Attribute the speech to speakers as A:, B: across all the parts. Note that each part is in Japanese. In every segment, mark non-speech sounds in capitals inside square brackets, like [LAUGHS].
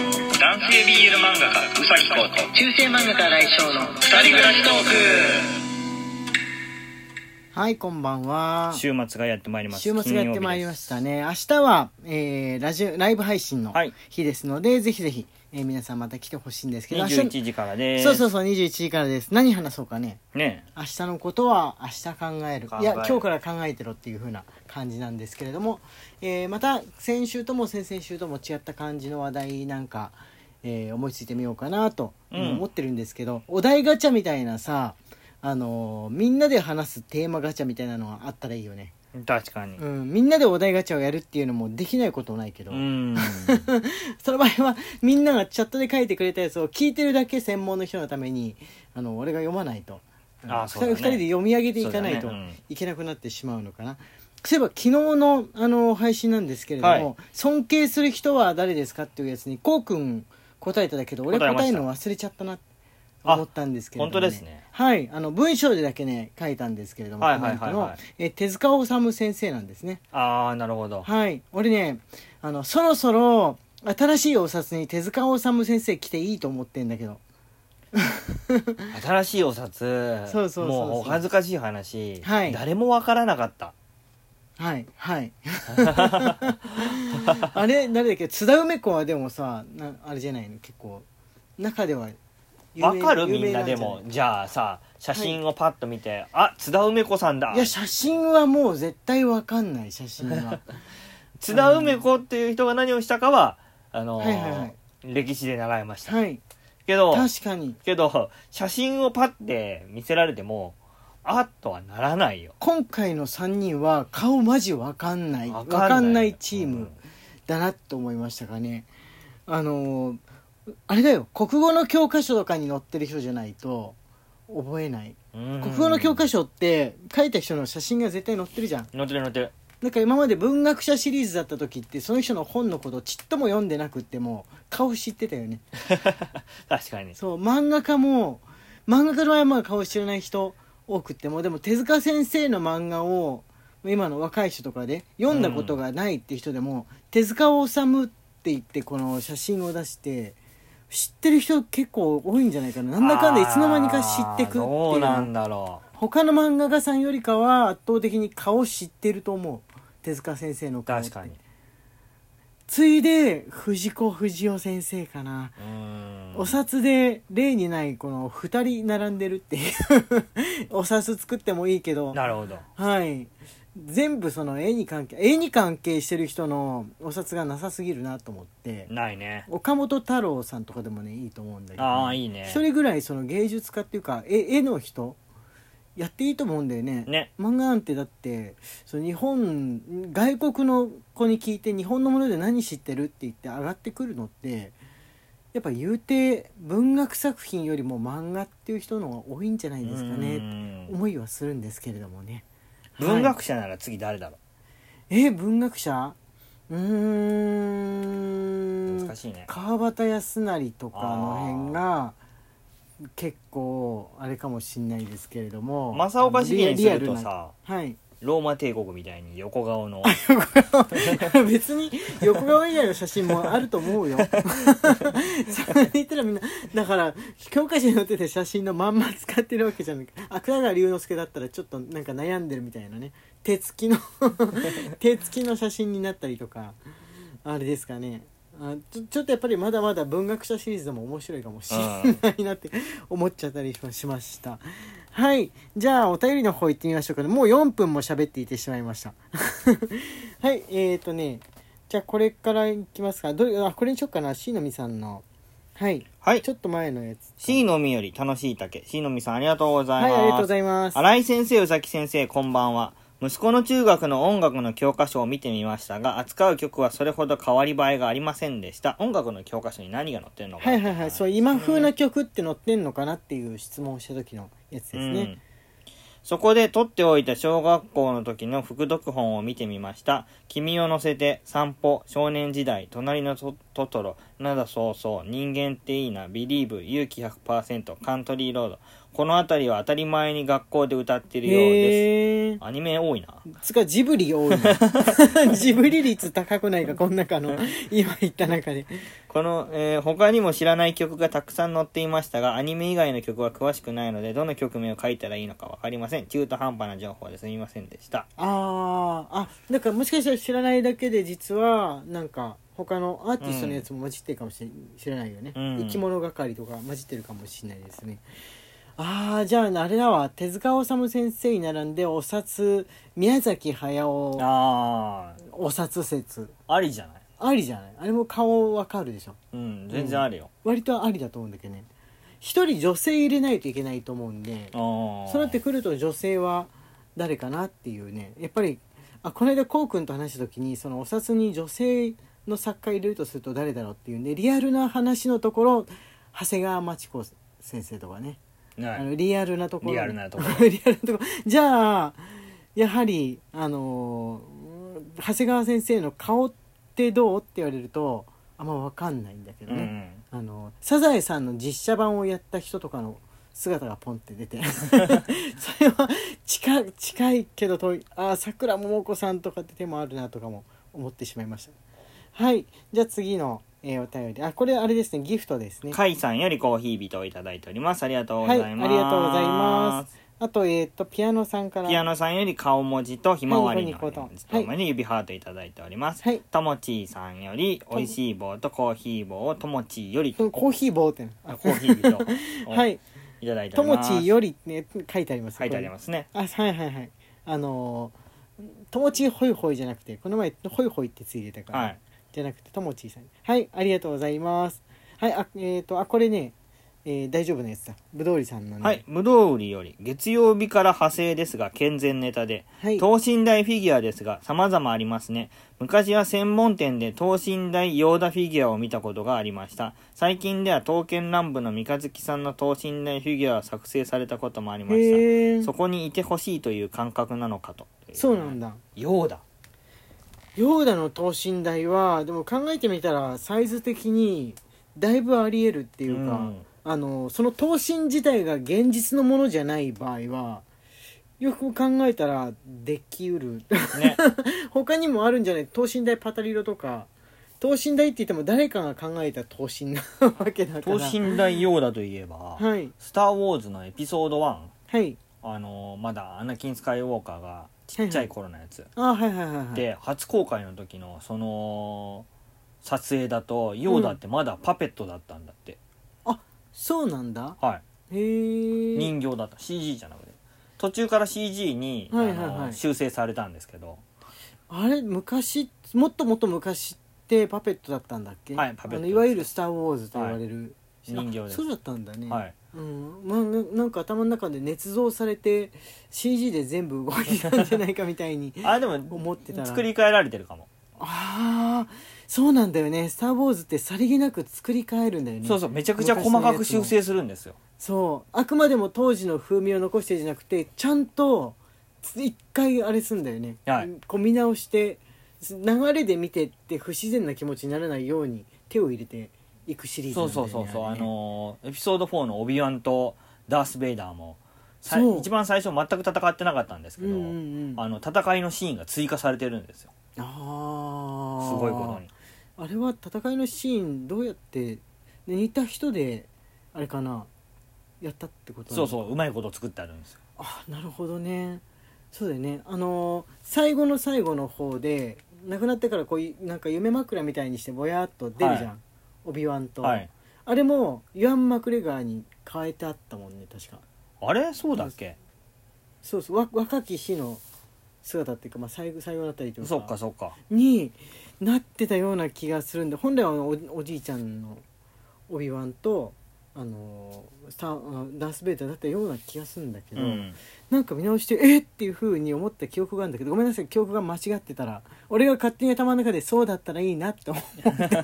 A: 男性 BL 漫画家うさぎこうと
B: 中世漫画家来翔の
A: 二人暮らしトーク
B: はいこんばんは
C: 週末がやってまいりました
B: 週末がやってまいりましたね明日は、えーラジオライブ配信の
C: はい
B: 日ですので、ぜひぜひ、えー皆さんまた来てほしいんですけど
C: 金曜日です21時から
B: 明
C: で
B: 日
C: す
B: そうそうそう21時からです何話そうかね
C: ね
B: 明日のことは明日考える
C: 考
B: い
C: える
B: や今日から考えてろっていう風な感じなんですけれども、えーまた先週とも先々週とも違った感じの話題なんか、えー思いついてみようかなと
C: うん
B: 思ってるんですけど、お題ガチャみたいなさあのーみんなで話すテーマガチャみたいなのがあったらいいよね、
C: 確かに
B: うん、みんなでお題ガチャをやるっていうのもできないことないけど、
C: うん
B: [LAUGHS] その場合はみんながチャットで書いてくれたやつを聞いてるだけ専門の人のためにあの俺が読まないとうん
C: あーそうだね
B: 二人で読み上げていかない
C: そ
B: と
C: うだね
B: いけなくなってしまうのかな、そういえば昨日のあの配信なんですけれども、
C: はい
B: 尊敬する人は誰ですかっていうやつにこうくん答えただけど俺
C: 答えま
B: 答
C: し
B: え
C: た
B: るの忘れちゃったなって思ったんですけれども、
C: あ本当ですね
B: はいあの文章でだけね書いたんですけれども、
C: はいはいはいはい
B: コメントのえ手塚治虫先生なんですね
C: ああなるほど
B: はい俺ねあのそろそろ新しいお札に手塚治虫先生来ていいと思ってんだけど
C: 新しいお札
B: そうそうそうそう
C: もうお恥ずかしい話、
B: はい
C: 誰もわからなかった
B: はいはい
C: [LAUGHS]
B: あれ誰だっけ津田梅子はでもさなあれじゃないの結構中では有
C: わ
B: 名
C: かる
B: 有
C: み
B: 名
C: んな
B: じ
C: で
B: ゃい
C: もじゃあさ写真をパッと見て、あ津田梅子さんだ
B: いや写真はもう絶対わかんない写真
C: [LAUGHS]
B: は
C: 津田梅子っていう人が何をしたかはあのー
B: はいはいはい
C: 歴史で習いました、
B: はい
C: けど
B: 確かに
C: けど写真をパッて見せられてもあっとはならないよ
B: 今回の3人は顔マジわかんないわ
C: わ
B: かんないチーム、だなと思いましたかね。あのーあれだよ国語の教科書とかに載ってる人じゃないと覚えない
C: うん
B: 国語の教科書って書いた人の写真が絶対載ってるじゃん
C: 載ってる載ってる
B: なんか今まで文学者シリーズだった時ってその人の本のことちっとも読んでなくっても顔知ってたよね
C: 確かに
B: そう漫画家も漫画家の場合はまあ顔知らない人多くってもでも手塚先生の漫画を今の若い人とかで読んだことがないって人でも、手塚治虫って言ってこの写真を出して知ってる人結構多いんじゃないかななんだかんだいつの間にか知ってくってい
C: あーどう
B: う
C: なんだろ
B: 他の漫画家さんよりかは圧倒的に顔知ってると思う手塚先生の
C: う
B: 顔って
C: 確かに
B: ついで藤子不二雄先生かな
C: うーん
B: お札で例にないこの2人並んでるっていうお札作ってもいいけど
C: なるほど
B: はい全部その絵に関係絵に関係してる人のお札がなさすぎるなと思って
C: ないね
B: 岡本太郎さんとかでもねいいと思うんだけど
C: ああいいね
B: 一人ぐらいその芸術家っていうか絵絵の人やっていいと思うんだよね
C: ね
B: 漫画なんてだってその日本外国の子に聞いて日本のもので何知ってるって言って上がってくるのってやっぱ言うて文学作品よりも漫画っていう人の方が多いんじゃないですか
C: う
B: ね
C: ん
B: 思いはするんですけれどもね
C: 文
B: は
C: 学者なら次誰だろ
B: いえ文学者うー
C: うん難しいね
B: 川端康成とかの辺が結構あれかもしんないですけれども
C: 正岡子規にす
B: リア
C: るとさ
B: リアルなはい [LAUGHS]
C: ローマ帝国みたいに横顔の
B: 別に横顔以外の写真もあると思うよそれ言ったらみんなだから教科書に載ってた写真のまんま使ってるわけじゃない芥川龍之介だったらちょっとなんか悩んでるみたいなね手つきの手つきの写真になったりとかあれですかねあちょちょっとやっぱりまだまだ文学者シリーズでも面白いかもしれないなって思っちゃったりしましたはいじゃあお便りの方行ってみましょうかねもう4分も喋っていてしまいましたはいえーとねじゃあこれからいきますかどれあこれにしよっかな椎のみさんのはい
C: はい
B: ちょっと前のやつ
C: C のみより楽しい竹 C のみさんありがとうござ
B: は
C: います
B: いありがとうございます
C: 新井先生宇崎先生こんばんは息子の中学の音楽の教科書を見てみましたが扱う曲はそれほど変わり映えがありませんでした音楽の教科書に何が載ってるのか
B: はいはいはいそう今風な曲って載ってんのかなっていう質問をした時のやつです
C: う
B: ね
C: ん、そこで取っておいた小学校の時の副読本を見てみました「君を乗せて」「散歩」「少年時代」「隣のとトトロ、なだそうそう、人間っていいな、ビリーブ、勇気100%、カントリーロード。この辺りは当たり前に学校で歌ってるようで
B: へえ
C: す。アニメ多いな。
B: つかジブリ多いな [LAUGHS] ジブリ率高くないかこの中の今言った中で
C: この、えー他にも知らない曲がたくさん載っていましたが、アニメ以外の曲は詳しくないので、どの曲名を書いたらいいのかわかりません。中途半端な情報ですみませんでした。
B: あーあだからもしかしたら知らないだけで実はなんか他のアーティストのやつも混じってるかもしれ,、知らないよね、
C: うん
B: 生き物係とか混じってるかもしれないですねああじゃああれだわ手塚治虫先生に並んでお札宮崎駿
C: あ
B: お札説
C: ー、ありじゃない
B: ありじゃないあれも顔わかるでしょ
C: うん、全然あるよ。
B: 割とありだと思うんだけどね一人女性入れないといけないと思うんで、
C: あー
B: そうなってくると女性は誰かなっていうねやっぱりあこの間こうくんと話した時にそのお札に女性の作家入れるとすると誰だろうっていうねリアルな話のところ長谷川町子先生とかね、
C: は
B: あ
C: い
B: のリアルなところ
C: リアルなとこ
B: [LAUGHS] リアルなところじゃあやはりあのー長谷川先生の顔ってどうって言われるとあんま分かんないんだけど
C: うん
B: ね、
C: うん
B: あのサザエさんの実写版をやった人とかの姿がポンって出
C: [LAUGHS]
B: てそれは近い近いけど遠いああさくらももこさんとかって手もあるなとかも思ってしまいましたはいじゃあ次の、えーお便りあこれあれですねギフトですね
C: カイさんよりコーヒー人をいただいております。ありがとうござ
B: はいいあり
C: ます。
B: がとうございます。あとえっ、とピアノさんから
C: ピアノさんより顔文字とひまわりの
B: はい
C: 文字ともに指ハートいただいております。
B: はい
C: ともちーさんよりおいしい棒とコーヒー棒をともちーより
B: うんコーヒー棒っていうの
C: あコーヒー人
B: [LAUGHS] あ
C: を
B: はい
C: いただい
B: 「
C: てお
B: と
C: り
B: も
C: ます。
B: ちより」ね書いてあります
C: 書いてありますね。
B: あはいはいはいあのー「ともちホイホイ」じゃなくてこの前「ホイホイ」ってついてたから、
C: はい。
B: じゃなくてともちーさんはいありがとうございますはいあえっ、とあこれね、えー大丈夫なやつだぶどうりさんのね
C: はい。ぶどう売りより月曜日から派生ですが健全ネタで
B: はい
C: 等身大フィギュアですが様々ありますね昔は専門店で等身大ヨーダフィギュアを見たことがありました最近では刀剣乱舞の三日月さんの等身大フィギュアを作成されたこともありまし
B: へ
C: た
B: ー
C: そこにいてほしいという感覚なのかと
B: そうなんだ
C: ヨーダ
B: ヨーダの等身大はでも考えてみたらサイズ的にだいぶありえるっていうか、
C: うん
B: あのその等身自体が現実のものじゃない場合はよく考えたらできうる
C: ね
B: [LAUGHS] 他にもあるんじゃない等身大パタリロとか等身大って言っても誰かが考えた等身なわけだか
C: 等
B: ら
C: 身大ヨーダといえば
B: はい
C: スター・ウォーズ」のエピソード1
B: はい
C: あのまだアナ・キン・スカイウォーカーがちっちゃい頃のやつ、
B: あはいはいはいはい
C: で初公開の時のその撮影だとヨーダってまだパペットだったんだって、
B: そうなんだ
C: はい
B: へえ
C: 人形だった CG じゃなくて途中から CG に、
B: はいはいはい
C: あの修正されたんですけど
B: あれ昔もっともっと昔ってパペットだったんだっけ、
C: はいパペット
B: あのいわゆる「スター・ウォーズ」と言われる、
C: い人形です
B: あそうだったんだね、
C: はい
B: うんまあななんか頭の中で捏造されて CG で全部動いてたんじゃないかみたいに
C: [LAUGHS] あでも
B: 思ってたら
C: 作り変えられてるかも、
B: ああそうなんだよね「スター・ウォーズ」ってさりげなく作り変えるんだよね
C: そうそうめちゃくちゃ細かく修正するんですよ
B: そうあくまでも当時の風味を残してじゃなくてちゃんとつ一回あれすんだよね、
C: はい
B: こう見直してす流れで見てって不自然な気持ちにならないように手を入れていくシリーズな
C: そ
B: ん
C: う
B: だよね
C: そうそうそう
B: あ
C: あ
B: れね
C: のエピソード4のオビワンとダース・ベイダーもさ
B: そう
C: 一番最初全く戦ってなかったんですけ
B: う
C: ど、
B: んうんうん
C: あの戦いのシーンが追加されてるんですよ
B: あー
C: すごいことに
B: あれは戦いのシーンどうやってで似た人であれかなやったってことな
C: そ
B: の
C: うそううまいこと作ってあるんですよ
B: あなるほどねそうだよねあのー最後の最後の方で亡くなってからこういなんか夢枕みたいにしてぼやっと出るじゃん、
C: はい
B: オビワンと、
C: はい
B: あれもユアン・マクレガーに変えてあったもんね確か
C: あれそうだっけ
B: そうそうわ若き日の姿っていうか、まあ、最後最後だったりという
C: そっかそっか
B: になってたような気がするんで本来はおおじいちゃんのオビワンとあのースターダース・ベイダーだったような気がするんだけ
C: う
B: ど、
C: ん
B: なんか見直してえっっていう風に思った記憶があるんだけどごめんなさい記憶が間違ってたら俺が勝手に頭の中でそうだったらいいなって思っ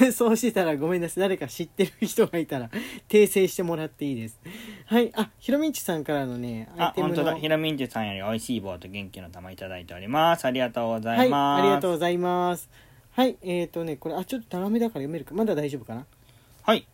B: てそうして [LAUGHS] たらごめんなさい誰か知ってる人がいたら訂正してもらっていいですはいあひろみんちさんからのねア
C: あ
B: イテム
C: 本当
B: の
C: だひらみんちゅさんよりおいしい棒と元気の玉いただいておりますありがとうござ
B: はいい
C: ます
B: ありがとうございますはいえっ、ー、とねこれあちょっと長めだから読めるかまだ大丈夫かな
C: はい。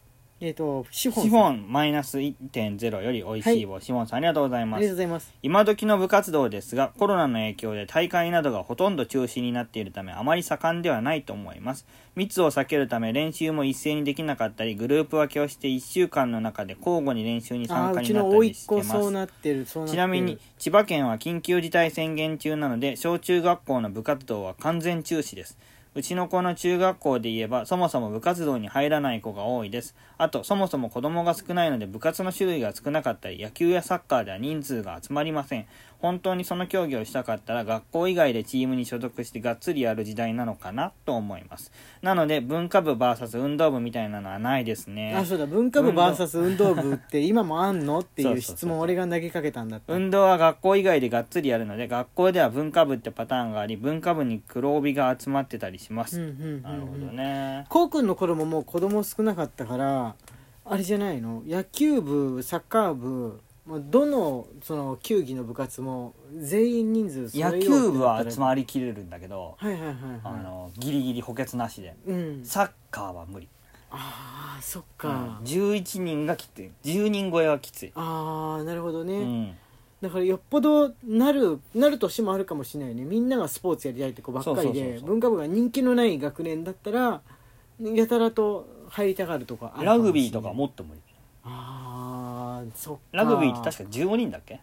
B: えっ、ー、と資本
C: シフォンマイナス1.0より美味しい棒、シフォンさんありがとうござい
B: あ
C: ま
B: りがとうご
C: す。
B: ざいます
C: 今時の部活動ですが、コロナの影響で大会などがほとんど中止になっているため、あまり盛んではないと思います。密を避けるため、練習も一斉にできなかったり、グループ分けをして1週間の中で交互に練習に
B: あ
C: 参
B: ー
C: 加
B: う
C: に
B: ち
C: な
B: の
C: った
B: 甥
C: り
B: っ
C: して
B: 子
C: ます。
B: そうなってるそうなってる
C: ちなみに千葉県は緊急事態宣言中なので小中学校の部活動は完全中止ですうちの子の中学校で言えばそもそも部活動に入らない子が多いですあとそもそも子供が少ないので部活の種類が少なかったり野球やサッカーでは人数が集まりません本当にその競技をしたかったら学校以外でチームに所属してがっつりやる時代なのかなと思いますなので文化部 VS 運動部みたいなのはないですね
B: あそうだ文化部
C: 運動
B: VS 運動部
C: [LAUGHS]
B: って今もあんのって
C: そう
B: い
C: そ
B: う
C: うそう
B: 質問を俺が投げかけたんだった
C: 運動は学校以外でがっつりやるので学校では文化部ってパターンがあり文化部に黒帯が集まってたりしま
B: う
C: す、
B: んうんうんうん
C: なるほどね
B: こうくんの頃ももう子供少なかったからあれじゃないの野球部サッカー部まあどのその球技の部活も全員人数
C: 野球部は集
B: ま
C: まりきれるんだけど、
B: はいはいはい
C: あ
B: はい
C: のギリギリ補欠なしで
B: うん
C: サッカーは無理、
B: ああそっ
C: うん
B: か、
C: 11人がきつい10人超えはきつい、
B: ああなるほどね、
C: うん、
B: だからよっぽどなるなる年もあるかもしれないよねみんながスポーツやりたいって子ばっか
C: そ
B: り
C: うそうそう
B: で
C: そう
B: 文化部が人気のない学年だったらやたらと入りたがるとかあるか
C: ラ
B: もしれ
C: グ
B: な
C: ビ
B: い
C: ーとかもっと無理
B: あーそっか
C: ラグビーって確か15人だっけ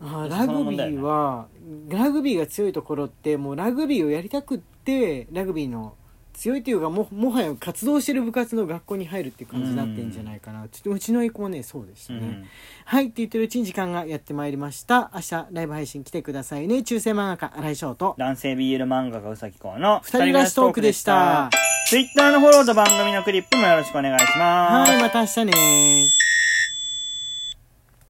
B: あー
C: そ
B: ラ
C: の
B: グ
C: 問
B: ビ
C: 題
B: ー
C: ね
B: は、ラグビーが強いところってもうラグビーをやりたくってラグビーの強いというかももはや活動してる部活の学校に入るっていう感じになってんじゃないかなちょっとうちの子もねそうでしたね、
C: うん
B: はいって言ってるうちに時間がやってまいりました明日ライブ配信来てくださいね中世漫画家新井翔と
C: 男性 BL 漫画家うさぎこうの
B: 二人暮らしトークでした
C: 二人暮らしトークでした Twitter のフォローと番組のクリップもよろしくお願いします
B: はいまた明日ね